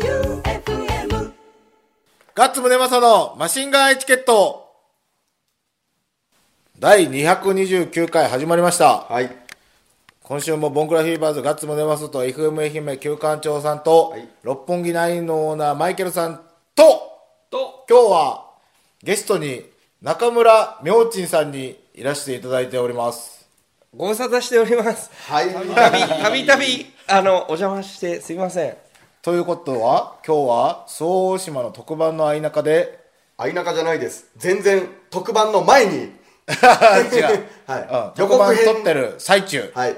J-O-E-U-F-M ガッツムネマソのマシンガンエチケット第229回始まりました。はい。今週もボンクラフィーバーズガッツムネマソと FM 愛媛旧館長さんと、はい六本木ナインのオーナーマイケルさんと、と、今日はゲストに中村明珍さんにいらしていただいております。ご無沙汰しております。はい。たびたびたび、あの、お邪魔してすいません。ということは、今日は周防大島の特番のあいなかで、相中じゃないです。全然、特番の前に。違う、はいうん予特告番編撮ってる最中はい。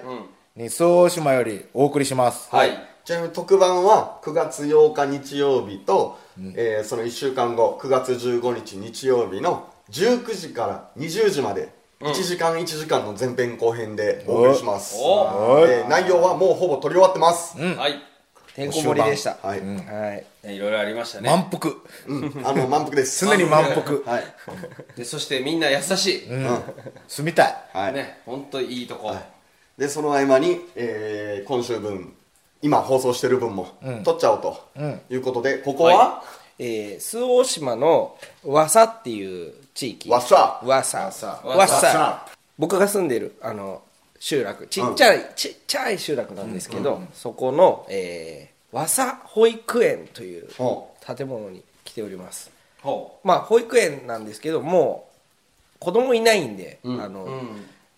に周防大島よりお送りします。はい。ちなみに特番は9月8日日曜日と、えーその1週間後、9月15日日曜日の19時から20時まで、1時間1時間の前編後編でお送りします。おおえー内容はもうほぼ撮り終わってます。はい、てんこ盛りでした。はい。はい。ねいろいろありましたね、満腹うんあの、満腹です。常に満腹はい。でそしてみんな優しい、住みたいはい。ね本当いいとこ、はいでその合間に、えー今週分今放送してる分も、撮っちゃおうと、いうことでここは、えー、周防大島の和佐っていう地域。わさ和佐。和佐。和佐僕が住んでる、あの、集落。ちっちゃい、ちっちゃい集落なんですけど、そこの、えー、和佐保育園というほ建物に来ております。ほまあ、保育園なんですけど、もう、子供いないんで、あの、う、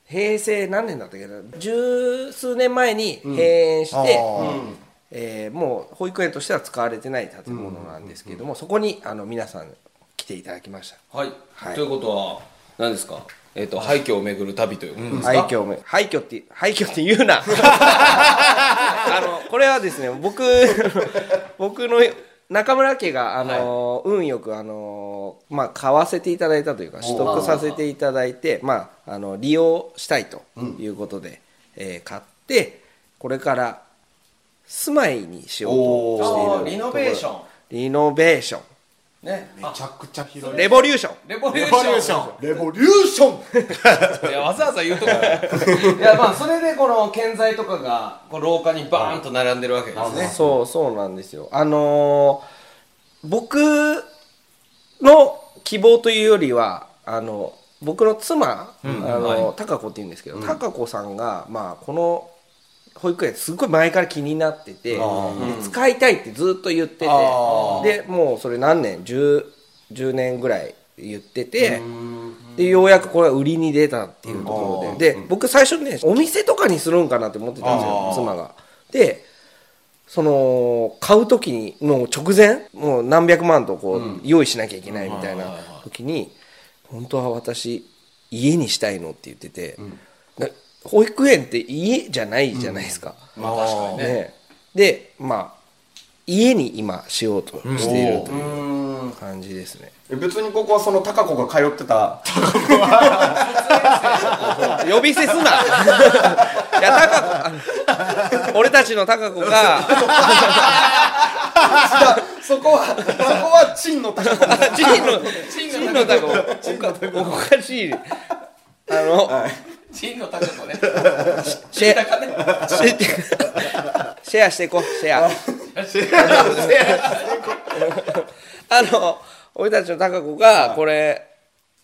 平成何年だったっけな十数年前に閉園して、うんあーえーもう保育園としては使われてない建物なんですけれども、そこにあの皆さん来ていただきましたはい、はいということは何ですかえっ、と廃墟を巡る旅ということですか、廃墟め廃墟って廃墟って言 うなあのこれはですね僕僕の中村家があの、運よくあのまあ買わせていただいたというか取得させていただいてまああの利用したいということで、えー買ってこれから住まいにしようおとしているとこあーろリノベーションリノベーションねあゃくちゃ広いレボリューションレボリューレボリューシションョンレボリューションいやわざわざ言うとこないいやまあそれでこの建材とかがこう廊下にバーンと並んでるわけですねそうそうなんですよあのー僕の希望というよりはあの僕の妻、あの高子っていうんですけど、高子さんが、まあ、この保育園すごい前から気になってて、で使いたいってずっと言っててでもうそれ何年 10, 10年ぐらい言ってて。でようやくこれは売りに出たっていうところで、で僕最初ねお店とかにするんかなって思ってたんですよ妻がでその買う時にの直前もう何百万とこう、用意しなきゃいけないみたいな時に「本当は私家にしたいの」って言ってて、な保育園って家じゃないじゃないですか、まあ確かにねねでまあ家に今しようとしているといううーん感じですね、え別にここはその高子が通ってた呼び捨てすないや高子俺たちの高子がそこはそこは陳の高子チンのチンの高子おかおかしいあの、チンの高子ねシェ高ねシェシェアしていこうシェアあの俺たちの高子がこれ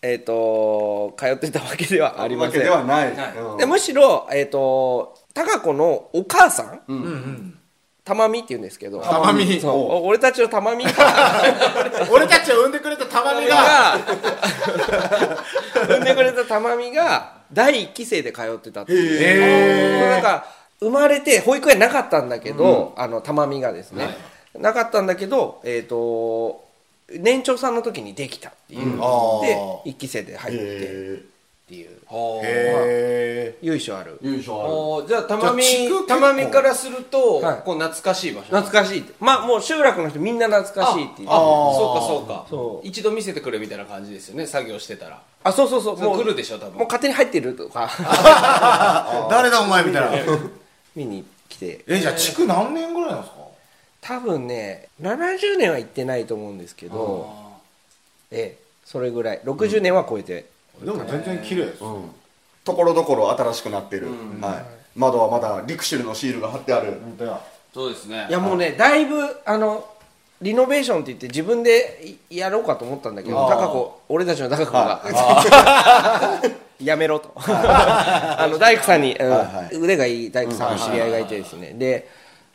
えっ、と通ってたわけではありまわせけんではない、うんでむしろ、えっと高子のお母さん、たまみって言うんですけどたまみそうお俺たちのたまみが俺たちを産んでくれたたまみがが 産んでくれたたまみが第一期生で通ってたっていうへなんか生まれて保育園なかったんだけど、あのたまみがですね、なかったんだけどえっ、と年長さんの時にできたっていう、あーで一期生で入ってっえていう ほうへ由緒あるー優勝あるおーじゃあたまみじゃあ地区結構たまみからすると、はいこう懐かしい場所懐かしいってまあもう集落の人みんな懐かしいっていうあああそうかそうそかう一度見せてくれみたいな感じですよね作業してたらそうそうそうももうう来るでしょ多分もう勝手に入ってるとかえ誰だお前みたいな 見に来てえじゃあ築何年ぐらいなんですか多分ね70年は行ってないと思うんですけどええそれぐらい60年は超えて、でも全然綺麗ですところどころ新しくなってる、はい、窓はまだリクシルのシールが貼ってある本当やそうですねいやもうねだいぶあのリノベーションって言って自分でいやろうかと思ったんだけどあー高子俺たちの高子がやめろと あの大工さんに、うんはい腕がいい大工さんの知り合いがいてですねで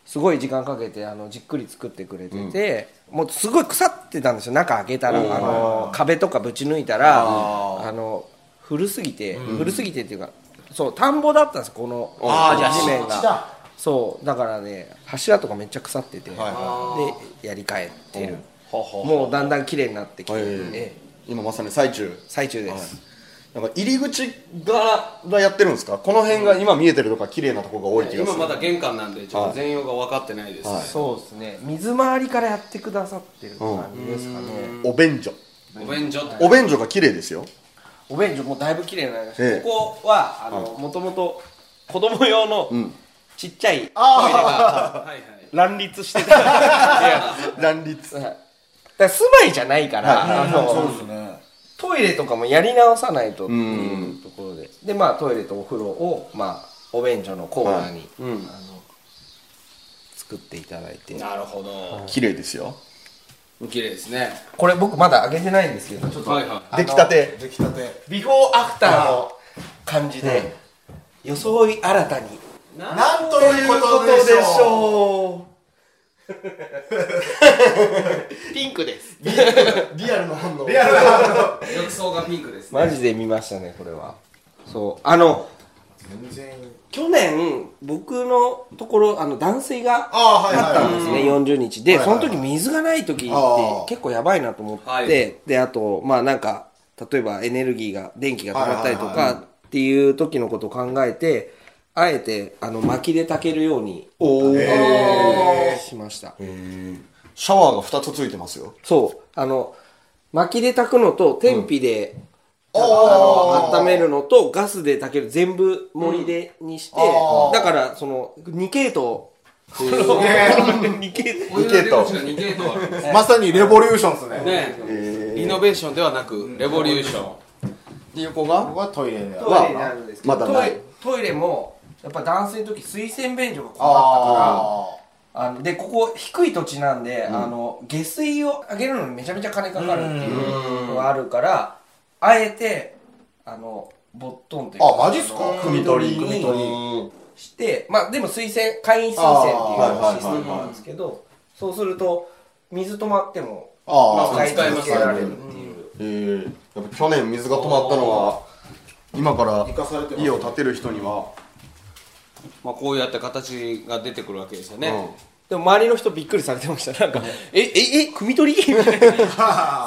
すごい時間かけてあのじっくり作ってくれてて、もうすごい腐ってたんですよ中開けたら、あの壁とかぶち抜いたら、あの古すぎて、古すぎてっていうかそう田んぼだったんですこのあーじゃあ地面湿地がだそうだからね柱とかめっちゃ腐ってて、はいでやり替えてる、ほうほうほうもうだんだん綺麗になってきて、はいええ今まさに最中最中です、なんか入り口がやってるんですかこの辺が今見えてるとか綺麗なとこが多い気がす今るまだ玄関なんでちょっと全容が分かってないです、はいそうですね水回りからやってくださってる感じですかね、お便所お便所お便所が綺麗ですよお便所もだいぶ綺麗になりました、ええここはあの、もともと子供用のんちっちゃいトイレはいがはい乱立してたいや乱立だから住まいじゃないから、あのそうですねトイレとかもやり直さないとっていうところで、でまあトイレとお風呂を、まあ、お便所のコーナーに、あの作っていただいてなるほど綺麗ですよ綺麗ですねこれ僕まだ上げてないんですけどちょっとはいはい出来たて出来たてビフォーアフターの感じで装い新たになんということでしょうょピンクですうリアルな反応リアルな浴槽がピンクですねマジで見ましたねこれはそうあの全然去年僕のところあの断水がああはいあったんですはいね、40日はで、いはいはいその時水がない時ってあー結構やばいなと思って、はいであとまあなんか例えばエネルギーが電気が止まったりとはいはいはいかっていう時のことを考えてあえてあの薪で炊けるようにおーしました、シャワーが2つついてますよそうあの薪で炊くのと天日で、あの温めるのとガスで炊ける全部盛りでにして、あーだからその2系統 二系統お湯の出口が2系統あるんです ねまさにレボリューションですねねリノベーションではなくレボリューションで横こがこはトイレでトイレになるんですけど、まだないトイトイレもやっぱ男性の時水洗便所が困ったあからあのでここ低い土地なんで、あの下水を上げるのにめちゃめちゃ金かかるっていうのがあるからあえてあのボットンというあマジっすかあの汲み取り汲み汲み取取りりうんしてまあでも水洗簡易水洗っていあーはういシステムなんですけどそうすると水止まってもああまああ使い続けられるっていう。えーやっぱ去年水が止まったのは今から生かされてます家を建てる人にはまあこうやって形が出てくるわけですよね、うんでも周りの人びっくりされてましたなんか「えええ組 み取り?」 みたいな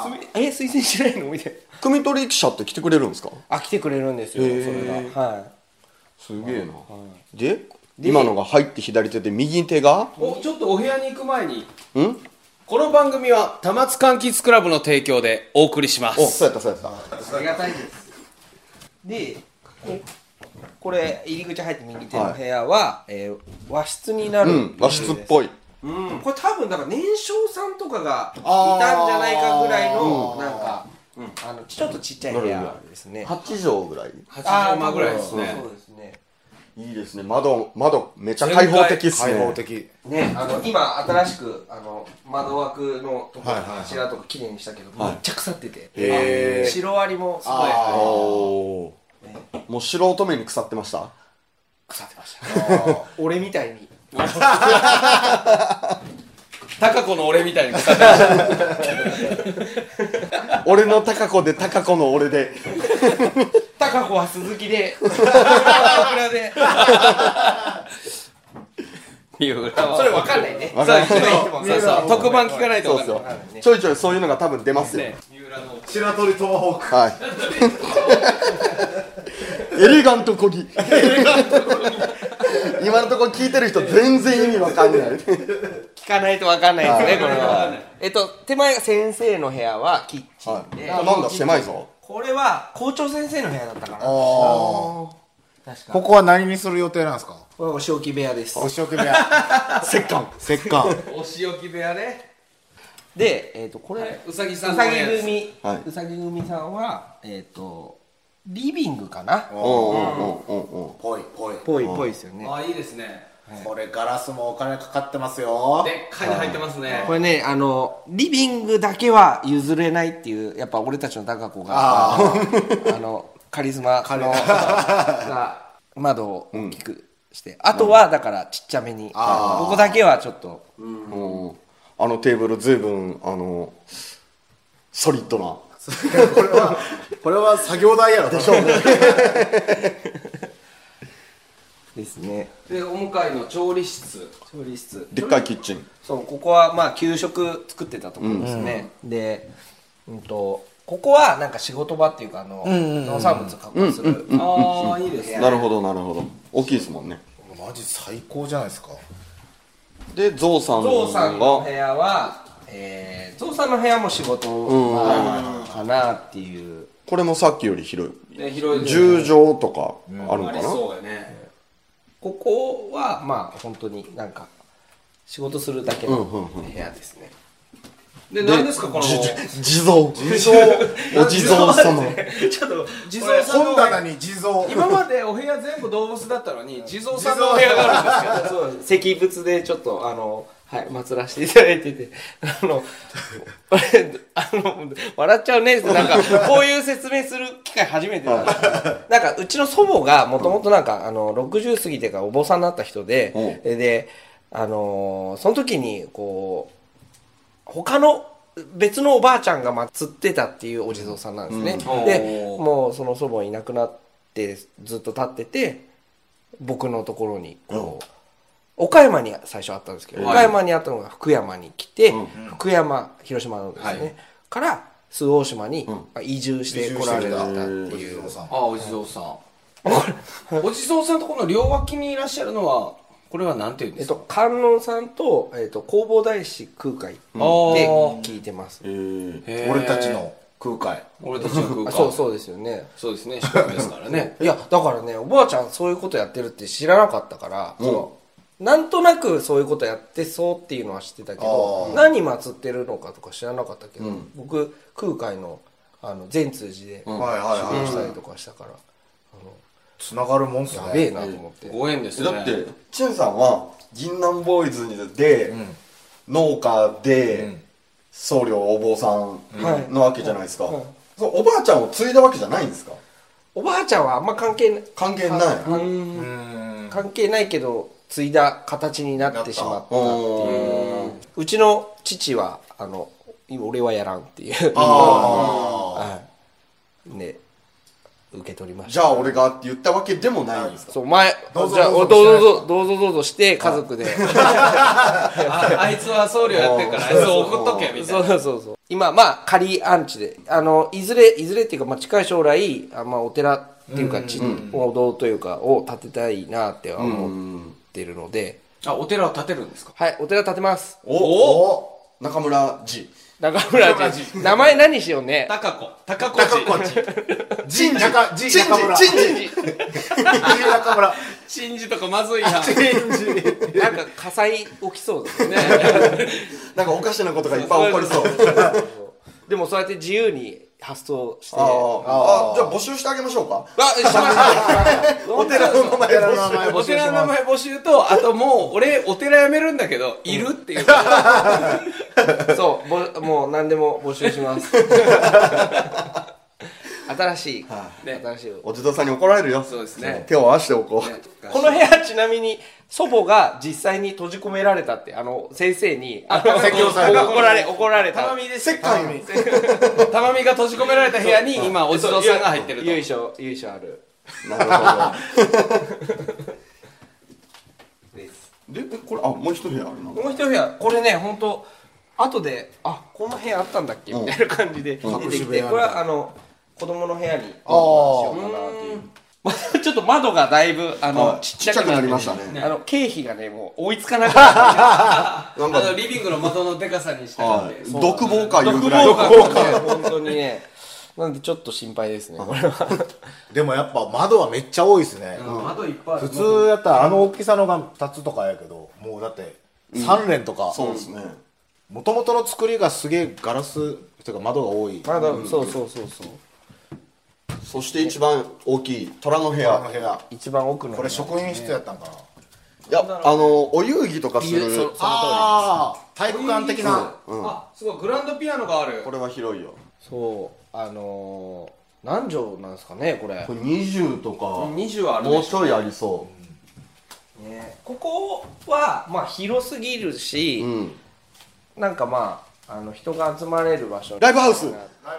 「すみえ推薦しないの?」みたいな汲み取り記者って来てくれるんですかあ来てくれるんですよ、へーそれがはいすげえな、で今のが入って左手で右手がおちょっとお部屋に行く前にんこの番組は多摩津柑橘クラブの提供でお送りしまおすそうやったそうやったありがたいですでここれ入り口入って右手の部屋は、えー和室になるうっていうん和室っぽいうんこれ多分だから年少さんとかがいあーたんじゃないかぐらいのうんなんか、うんあのちょっとちっちゃい部屋ですね8畳ぐらい80万ぐらいですあー多分ねそうですねいいですね窓窓めちゃ開放的っすね開放的ね、あの今新しくあの窓枠のとこはいはいはい柱とか綺麗にしたけど、めっちゃ腐ってて、へーシロアリもすごいあーおーもう素人目に腐ってました腐ってました 俺みたいに高子の俺みたいに形俺の高子で高子の俺で高子は鈴木 で桜でっていうぐらいそれ分かんないねわかんないそう見えるそう特番聞かないとそう分ですかんないよわかんないねちょいちょいそういうのが多分出ますよね三浦の白鳥トマホークはいエレガントこぎ今のところ聞いてる人全然意味わかんない聞かないと分かんないですねこれわかんはないえっと手前が先生の部屋はキッチはンいで、なんだ狭いぞこれは校長先生の部屋だったかなこ確かここは何にする予定なんですかこはお仕置き部屋ですお仕置き部 屋石棺石棺お仕置き部屋ねで、えっとこれ、うさぎさんうのさ部ぎ屋です組、はいうさぎ組さんはえっ、とリビングかなうんうんうんうんうんぽいぽいぽいぽいですよねああいいですねこれガラスもお金かかってますよでっかいの入ってますねこれねあのリビングだけは譲れないっていうやっぱ俺たちの高子があのカリスマのが窓を大きくして、あとはだからちっちゃめにここだけはちょっとうんあのテーブルずいぶんあのソリッドなこれはこれは作業台やろでしょですねでお向かいの調理室調理室でっかいキッチンそうここはまあ給食作ってたところですね、で、うん、とここはなんか仕事場っていうかあの、農産物加工する、ああいいですねなるほどなるほど大きいですもんねマジ最高じゃないですかでゾウさんゾウさんのが部屋は、えー、ゾウさんの部屋も仕事場かなっていう、これもさっきより広いで広いです10畳とかあるのあかりな、そうやねここはまあ本当になんか仕事するだけの部屋ですね、で何ですかこの地蔵地蔵お地 蔵様ちょっと地蔵さんの本棚に地蔵今までお部屋全部動物だったのに地蔵さんのお部屋があるんですよそうです石仏でちょっとあのはい祀らせていただいててあのあの笑っちゃうねってなんかこういう説明する機会初めてなんですよなんかうちの祖母がもともとなんか、あの60過ぎてからお坊さんになった人で、うであのその時にこう他の別のおばあちゃんが祀ってたっていうお地蔵さんなんですね、うんでおーもうその祖母いなくなってずっと立ってて僕のところにこう、岡山に最初あったんですけど、はい岡山にあったのが福山に来て、うん福山広島のですね、はいから周防大島にん移住してこられたっていう、さんあお地蔵さんお地蔵さんとこの両脇にいらっしゃるのはこれはなんていうんえでっすかと、観音さんと,、えっと弘法大師空海であー聞いてます、えーへー俺たちの空海俺たちの空間あそうそうですよねそうですね宿ですからねいやだからねおばあちゃんそういうことやってるって知らなかったから、そのなんとなくそういうことやってそうっていうのは知ってたけどあー何祀ってるのかとか知らなかったけど、僕空海のあの全通寺で修はいはい行はしたりとかしたから、いつながるもんっすやべねえなと思って、ご縁ですねだってチェンさんは銀杏ボーイズにで、農家で、僧侶お坊さんのわけじゃないですか、はいそうおばあちゃんを継いだわけじゃないんですかおばあちゃんはあんま関係ない関係ないかうーん関係ないけど継いだ形になってしまったうんうちの父はあの今俺はやらんっていうあ はい、で受け取りましたじゃあ俺がって言ったわけでもないんですかそう、前、どうぞじゃあ、どどうぞうぞ、どうぞ、どうぞして、家族で。ああいつは僧侶やってるからあいつを送っとけみた そいうなそうそう。今、まあ、仮アンチで、あの、いずれ、いずれっていうか、まあ、近い将来、あまあ、お寺っていうか、ちお堂というか、を建てたいなっては思ってるので、あお寺を建てるんですかはい、お寺建てます。おお中村寺中村寺。名前何しようね。高子高子寺神中神中村神神中村神事とかまずいや んなんか、火災起きそうです ね。なんかおかしなことがいっぱい起こりそうでも、そうやって自由に発想して、あーああーーじゃあ募集してあげましょうかあ、しました お寺の名前寺の募名前集お寺の名前募集とあともう俺お寺辞めるんだけどいるっていう そうぼ、もう何でも募集します。新しい、ね新しい。こお地蔵さんに怒られるよそうですね手を合わせておこう、の部屋ちなみに祖母が実際に閉じ込められたってあの先生にあの説教された怒られ怒られたまた。みですせっかいたまみが閉じ込められた部屋に今お地蔵さんが入ってる由と緒由緒ある。なるほどです。 でえこれあもう一部屋あるなもう一部屋これね本当後であこんな部屋あったんだっけみたいな感じで出隠てしき部て屋みたいなこれはあの子供の部屋にしよあうかなっていう。まあちょっと窓がだいぶあのはいちっちゃくなってちっちゃくなりましたねあの経費がねもう追いつかなかった。なんあかのリビングの窓のでかさにしたかっはてい、独房かいう独ぐらい房感がね本当にね。なんでちょっと心配ですね。これは。あでもやっぱ窓はめっちゃ多いですねうん窓いっぱいある普通やったらあの大きさのが2つとかやけどもうだって3連とかそうですねもともとの作りがすげえガラスというか窓が多いまだそうそうそうそう。そして一番大きい虎の部あの屋部屋一番奥の部屋。これ職員室やったんかないやあのお遊戯とかするいやそそのああ体育館的なあすごいグランドピアノがあるこれは広いよそうあのー、何畳なんですかねこれこれ20とか20あるもでうしちょいありそねここはまあ広すぎるし、ううんなんかまああの人が集まれる場所ライブハウス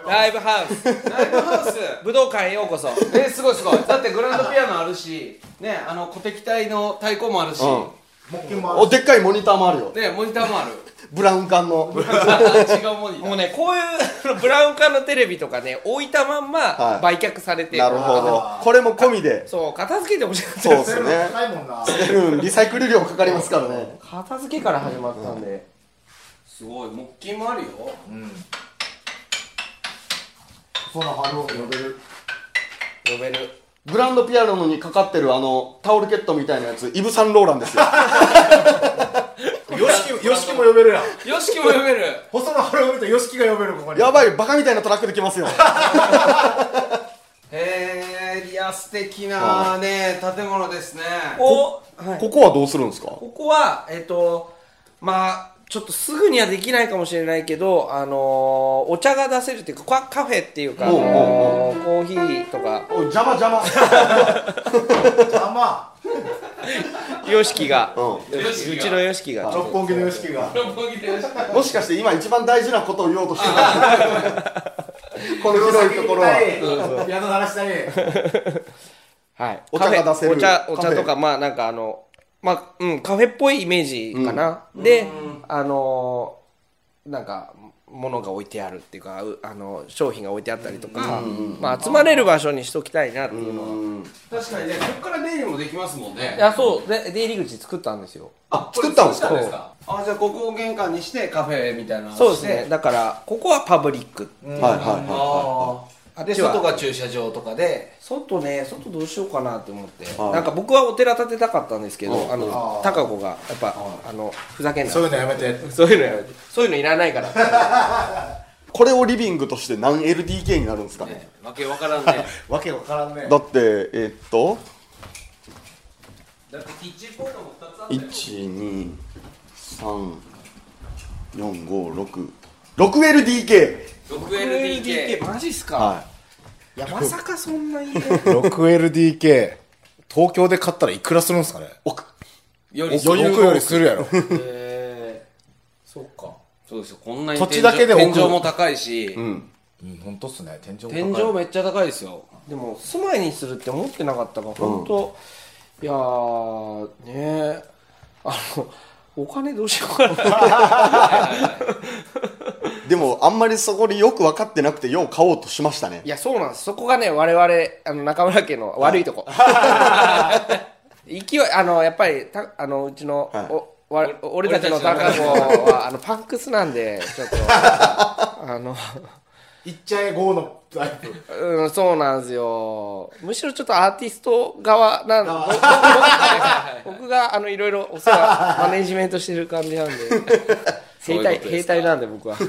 ライブハウス ょライブハウ ス武道館へようこそえすごいすごいだってグランドピアノあるしねあの鼓敵隊の太鼓もあるし、うん木琴もあおるでっかいモニターもあるよねモニターもある ブラウン管 の違うモニターもうねこういうあのブラウン管のテレビとかね置いたまんまは売却されてるなるほどこれも込みでそう片付けてほしいんですそようですね高いもんな うんリサイクル料かかりますからね片付けから始まったんで、すごい木琴もあるよその春を呼べる呼べるグランドピアノにかかってるあのタオルケットみたいなやつイブ・サンローランです よよしきよしきも呼べるやんよしきも読める細野晴臣とよしきが呼べるここにやばいバカみたいなトラックで来ますよへえいや素敵なね建物ですねここ,、はい、ここはどうするんですかここはえっ、とまあちょっとすぐにはできないかもしれないけど、あのーお茶が出せるっていうかカカフェっていうか、あおうおうのーコーヒーとかおい邪魔邪魔邪魔よしきが、ううしきがちのよしきが六本木のよしきが六本木でよしきんもしかして今一番大事なことを言おうとしてた この広いところははピアノ鳴らしたりはい、お茶がカフェ出せるお茶おカフ茶ェとかまあなんかあのまあうんカフェっぽいイメージかな、であのーなんか物が置いてあるっていうかうあの商品が置いてあったりとか、まあ、集まれる場所にしときたいなっていうのは、い確かにねここから出入りもできますもんねやそうで出入り口作ったんですよあ作ったんですかこれ作ったんですかあじゃあここを玄関にしてカフェみたいなのをそうですしねてだからここはパブリック、はいはいはあああっでちは外が駐車場とかで外ね外どうしようかなって思って、はいなんか僕はお寺建てたかったんですけど、うんあの高子がやっぱ、あのふざけんなそういうのやめてそういうのやめてそういうのいらないからいこれをリビングとして何 LDK になるんですかねわけわからんねわけわからんねだってえーっとだってキッチンポイントも2つあったよ 1234566LDK 6LDK マジっすか、、はいや まさかそん な家 6LDK 東京で買ったらいくらするんすかね奥より余裕よりするやろえそうかそうですよこんなに土地だけで天井奥天井も高いし、うんうん本当っすね天井高い天井めっちゃ高いですよでも住まいにするって思ってなかったから本当、いやーねーあのお金どうしようかなでもあんまりそこによく分かってなくてよう買おうとしましたねいやそうなんですそこがね我々あの中村家の悪い とこ勢いあのやっぱりたあのうちの、はいおわ俺たちの高子はあのパンクスなんでち ょっとあのいっちゃえ5のタイプうん、そうなんですよ。むしろちょっとアーティスト側なん僕僕があのいろいろお世 話、マネジメントしてる感じなんで、うい兵うこと隊、ですか兵隊なんで僕は。 は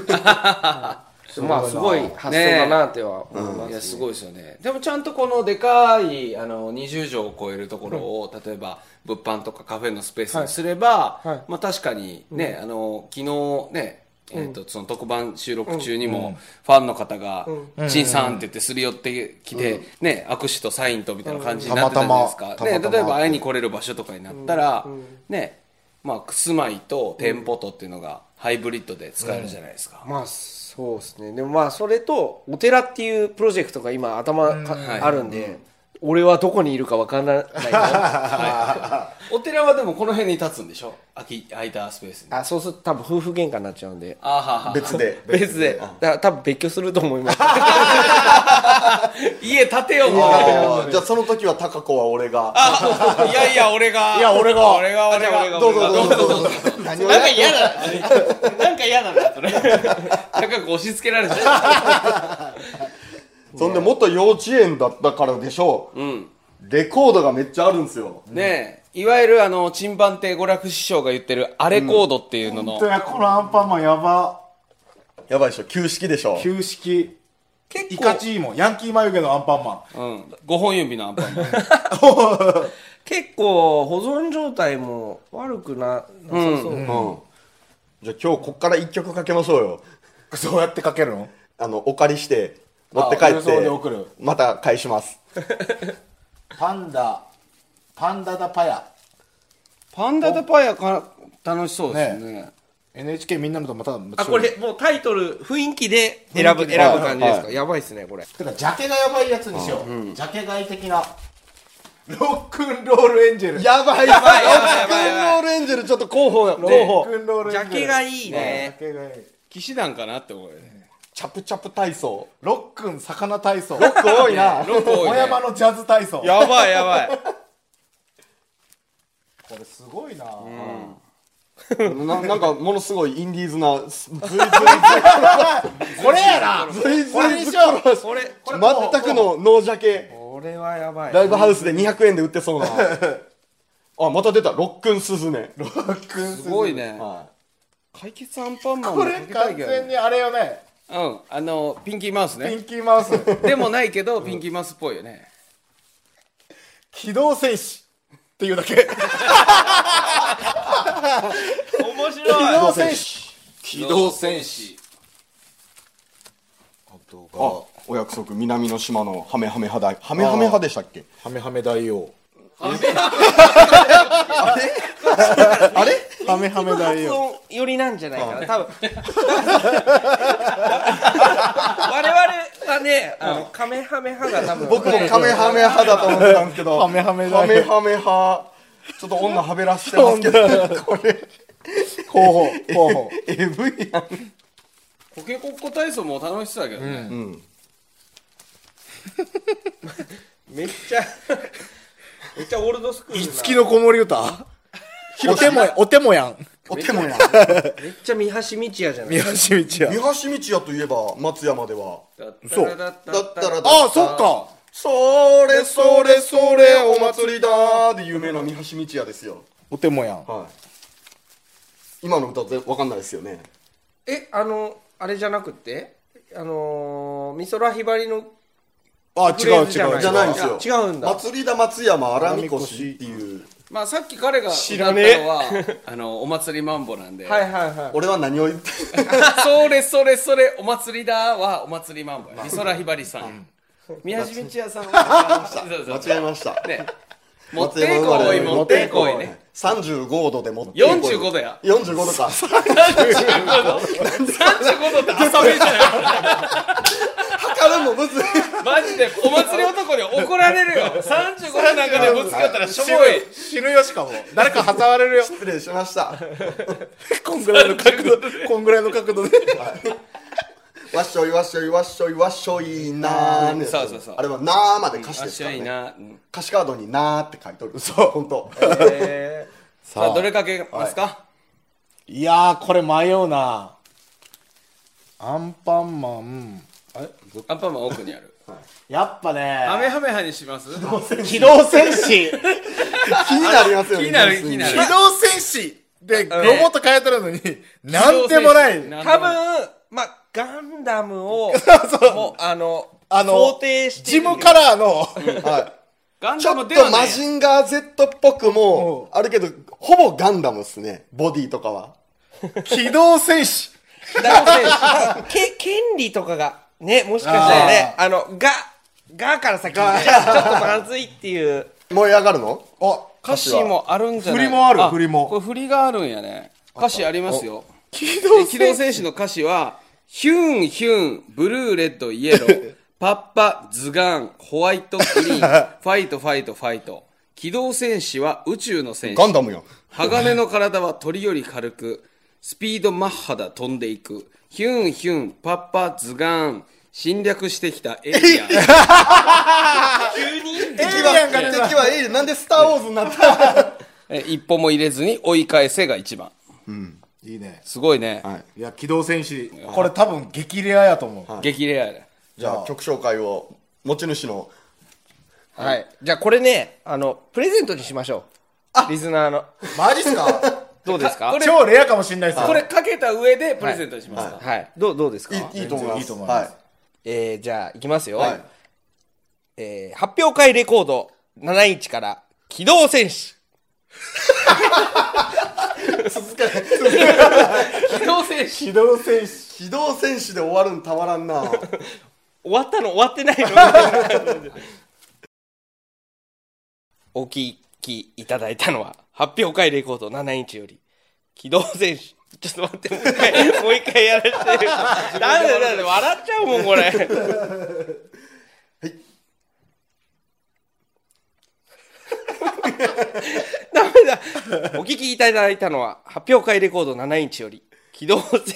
いまあすごい発想だなっては思います、いやすごいですよねでもちゃんとこのでかいあの20畳を超えるところを、例えば物販とかカフェのスペースにすれば、はいはいまあ、確かにね、あの昨日ねえー、とその特番収録中にもファンの方が「陳、さん」って言ってすり寄ってきて、ね、握手とサインとみたいな感じになってたじゃないですか、たまたまたまたまね、例えば会いに来れる場所とかになったら、ねまあ、住まいと店舗とっていうのがハイブリッドで使えるじゃないですか、まあそうですね。でもまあそれと、お寺っていうプロジェクトが今頭かはいあるんで、俺はどこにいるかわからないよお寺はでもこの辺に立つんでしょ空き空いたスペースにあそうすると多分夫婦喧嘩になっちゃうんで。あはは別で別で、だから多分別居すると思います。家建てようもうあーじゃあその時は高子は俺がいやいや俺がいや俺が俺が俺がどうぞどうぞどうぞなんか嫌だなんか嫌なんだそれ高く押し付けられてそんで元幼稚園だったからでしょううんレコードがめっちゃあるんですよねえいわゆるあの珍番亭娯楽師匠が言ってるアレコードっていうのの、やこのアンパンマンやばやばいでしょ旧式でしょ旧式結構イカチーモンヤンキー眉毛のアンパンマうん。5本指のアンパンマン。結構保存状態も悪くななさそう、うんじゃあ今日こっから一曲かけましょうよンそうやってかけるのあのお借りして持って帰っ郵送でて送るまた返しますパンダパンダダパヤパンダとパヤか、楽しそうですね。ね NHK みんなのとまたあこれもうタイトル雰囲気で選ぶ雰囲気で選ぶ感じですか、はやばいっすねこれてかジャケがやばいやつにしよう、ジャケ買い的なロックンロールエンジェルやばいやばいロックンロールエンジェルちょっと候補候ロ補ックンロールエンジジェルャケがいいねジャケがいい騎士団かなって思うよね。チャプチャプ体操ロックン魚体操ロック多 いなロック多いね小山のジャズ体操やばいやばい。これすごいな、ななんかものすごいインディーズなずいこれやなずいずいこれにずいしようこれれ候補全くのノージャケこれはやばいライブハウスで200円で売ってそうなあまた出たロックンスズメロックンすごいね。は解決アンパンマ ンもこかれけたい完けど全ね。にあれよねうん。あの、ピンキーマウピスンね。キーマウスでもないけど、ピンキーマウスっぽいよね。機動戦士っていうだけ機面白い動戦士機動戦士。あお約束南の島のハメハメ派だハメハメ派でしたっけハメハメ大王あれハメハメ大発王音寄りなんじゃないかな 多分我々はねあのカメハメ派が多分僕もカメハメ派だと思ってたんですけどハメハメだハメハメ派ちょっと女はべらしてますけどこれ候補候補 AV やんコケコッコ体操も楽しそうだけどね。めっちゃめっちゃオールドスクールな月の子守歌お手もやお手もやんお手もやめっちゃ三橋道也じゃない三橋道也三橋道也といえば松山ではそうだっただったらああそっかそれそれそれお祭りだーで有名な三橋道也ですよお手もやんはい今の歌全わかんないですよねえあのあれじゃなくてあのー美空ひばりのあフレ違ーうズ違じゃうな違いうじゃないんです違うよ違うんだ祭りだ松山荒みこしっていうまあさっき彼が知ら歌ったのねは、あの、お祭りマンボなんで。はいはいはい俺は何を言ってそれそれそれお祭りだはお祭りマンボや美空ひばりさん宮橋道也さんはそうそう間違えましたね持ってこい持ってこいね35度で持ってこい45度や45度か35度って朝目じゃない 測るのむずいマジでお祭り男に怒られるよ35度なんかでぶつかったらしょぼい死ぬよしかも誰か挟まれるよ失礼しましたこんぐらいの角度 こんぐらいの角度でわっしょいわっしょいわっしょいわっしょいなーねそうそうそうあれはなーまで歌詞あでっすしかゃらいねなうん歌詞カードになーって書いとるそう本当えさあどれかけますかいやーこれ迷うなアンパンマンアンパンマン奥にあるやっぱハメねハメハにします機動戦士機気になりますよね気になる気になる動戦士でロボット変えてるのになんでもないー、多多分分まあガンダムをもうあのあの想定してジムカラーのはいガンちょダっムでとはねマジンガー Z っぽくもあるけどほぼガンダムっすねボディとかは機動戦士だってけ権利とかがねもしかしたらねあのががから先にねちょっとまずいっていう燃え上がるのあ歌詞もあるんじゃない振りもある振りもこれ振りがあるんやね歌詞ありますよ機で動機動戦士戦士の歌詞はヒュンヒュンブルーレッドイエローパッパズガンホワイトグリーンファイトファイトファイト機動戦士は宇宙の戦ガン士ダムよ鋼の体は鳥より軽くスピードマッハだ飛んでいくヒュンヒュンパッパズガン侵略してきたエイリアン敵は敵はエイリアンなんでスターウォーズになったえ一歩も入れずに追い返せが一番いいねすごいね、はいいや機動戦士これ多分激レアやと思う激レアだじゃあ曲紹介を持ち主のはいじゃあこれねあのプレゼントにしましょうリスナーのマジっすかどうですかこ れ超レアかもしんないっすよこれかけた上でプレゼントしますか、はいどうどうですかいいいと思いますいいと思いますはえーじゃあ、いきますよ。はいえー発表会レコード7インチから、機動戦士。機動戦士機動戦士機動戦士で終わるのたまらんな 終わったの終わってないのみたいな お聞きいただいたのは、発表会レコード7インチより、機動戦士。ちょっと待って、もう一回、もう一回やら せて。ダメだ、ダメだ、笑っちゃうも ん、これ。ダメだ。お聞きいただいたのは、発表会レコード7インチより、機動 戦士。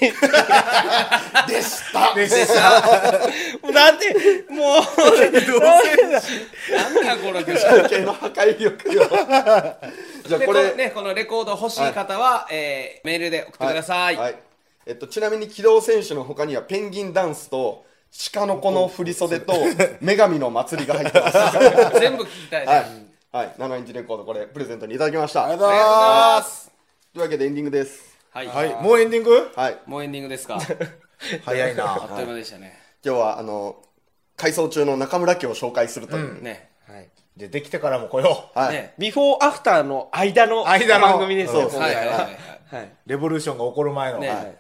でしたもうだって、もう、機動戦士。なんだこの曲系の破壊 力よじゃあでここれれねこのレコード欲しい方は、えーメールで送ってください、はいえっと、ちなみに機動戦士の他にはペンギンダンスと鹿の子の振り 袖と女神の祭りが入ってますは全部聞きたいです、い、はい、7インチレコードこれプレゼントにいただきましたありがとうとございますいうわけでエンディングですはい、はいもうエンディングはいもうエンディングですか早いなあっという間でしたね、今日はあの改装中の中村家を紹介するという、ねじゃあできてからも来ようはい、ねビフォーアフターの間の間の番組ですね。そう今はい回はいはいはいはい。レボリューションが起こる前のねはい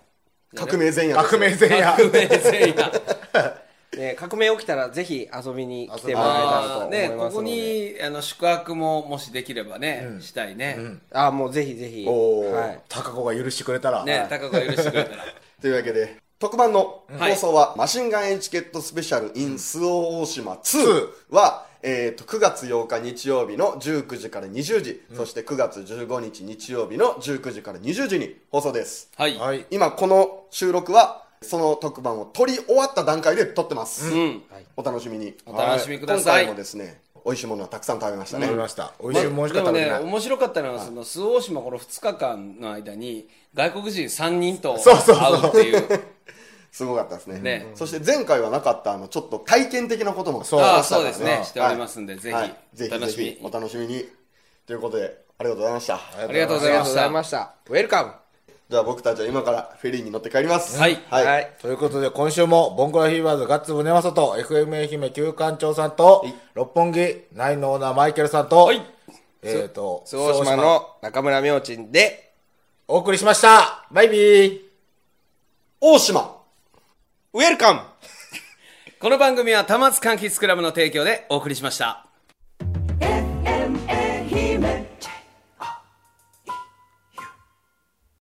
革命前夜です革命前夜革命前夜ね、革命起きたらぜひ遊びに来てもらえたらとあー思ねいまこすこので。にあの宿泊ももしできればね、したいね、あー、もうぜひぜひ。おーはい。高子が許してくれたらね高子が許してくれたらというわけで特番のはい放送は、マシンガンエチケットスペシャル in 周防大島2 2は、えー、と9月8日日曜日の19時から20時、そして9月15日日曜日の19時から20時に放送ですはい、はい今この収録はその特番を撮り終わった段階で撮ってます、うん、お楽しみにお楽しみください今回もですね美味しいものはたくさん食べましたね、食べました美味しいもんしかでも食べれねない面白かったのはその周防大島この2日間の間に外国人3人とそうそうそ会うっていう すごかったですねねそして前回はなかったあのちょっと体験的なこともそうあああそうですねしておりますんで、ぜはいひお楽しみにお楽しみにということでありがとうございましたありがとうごありざいがとまうしござたいました。ウェルカム。じゃあ僕たちは今からフェリーに乗って帰りますはいはい、はい。ということで今週もボンクラフィーバーズガッツムネマソと FM 愛媛旧館長さんとい六本木ナインのオーナーマイケルさんとはいえっと周防大島の中村明珍で、お送りしましたバイビー大島ウェルカムこの番組は、たまつかんきつクラブの提供でお送りしました。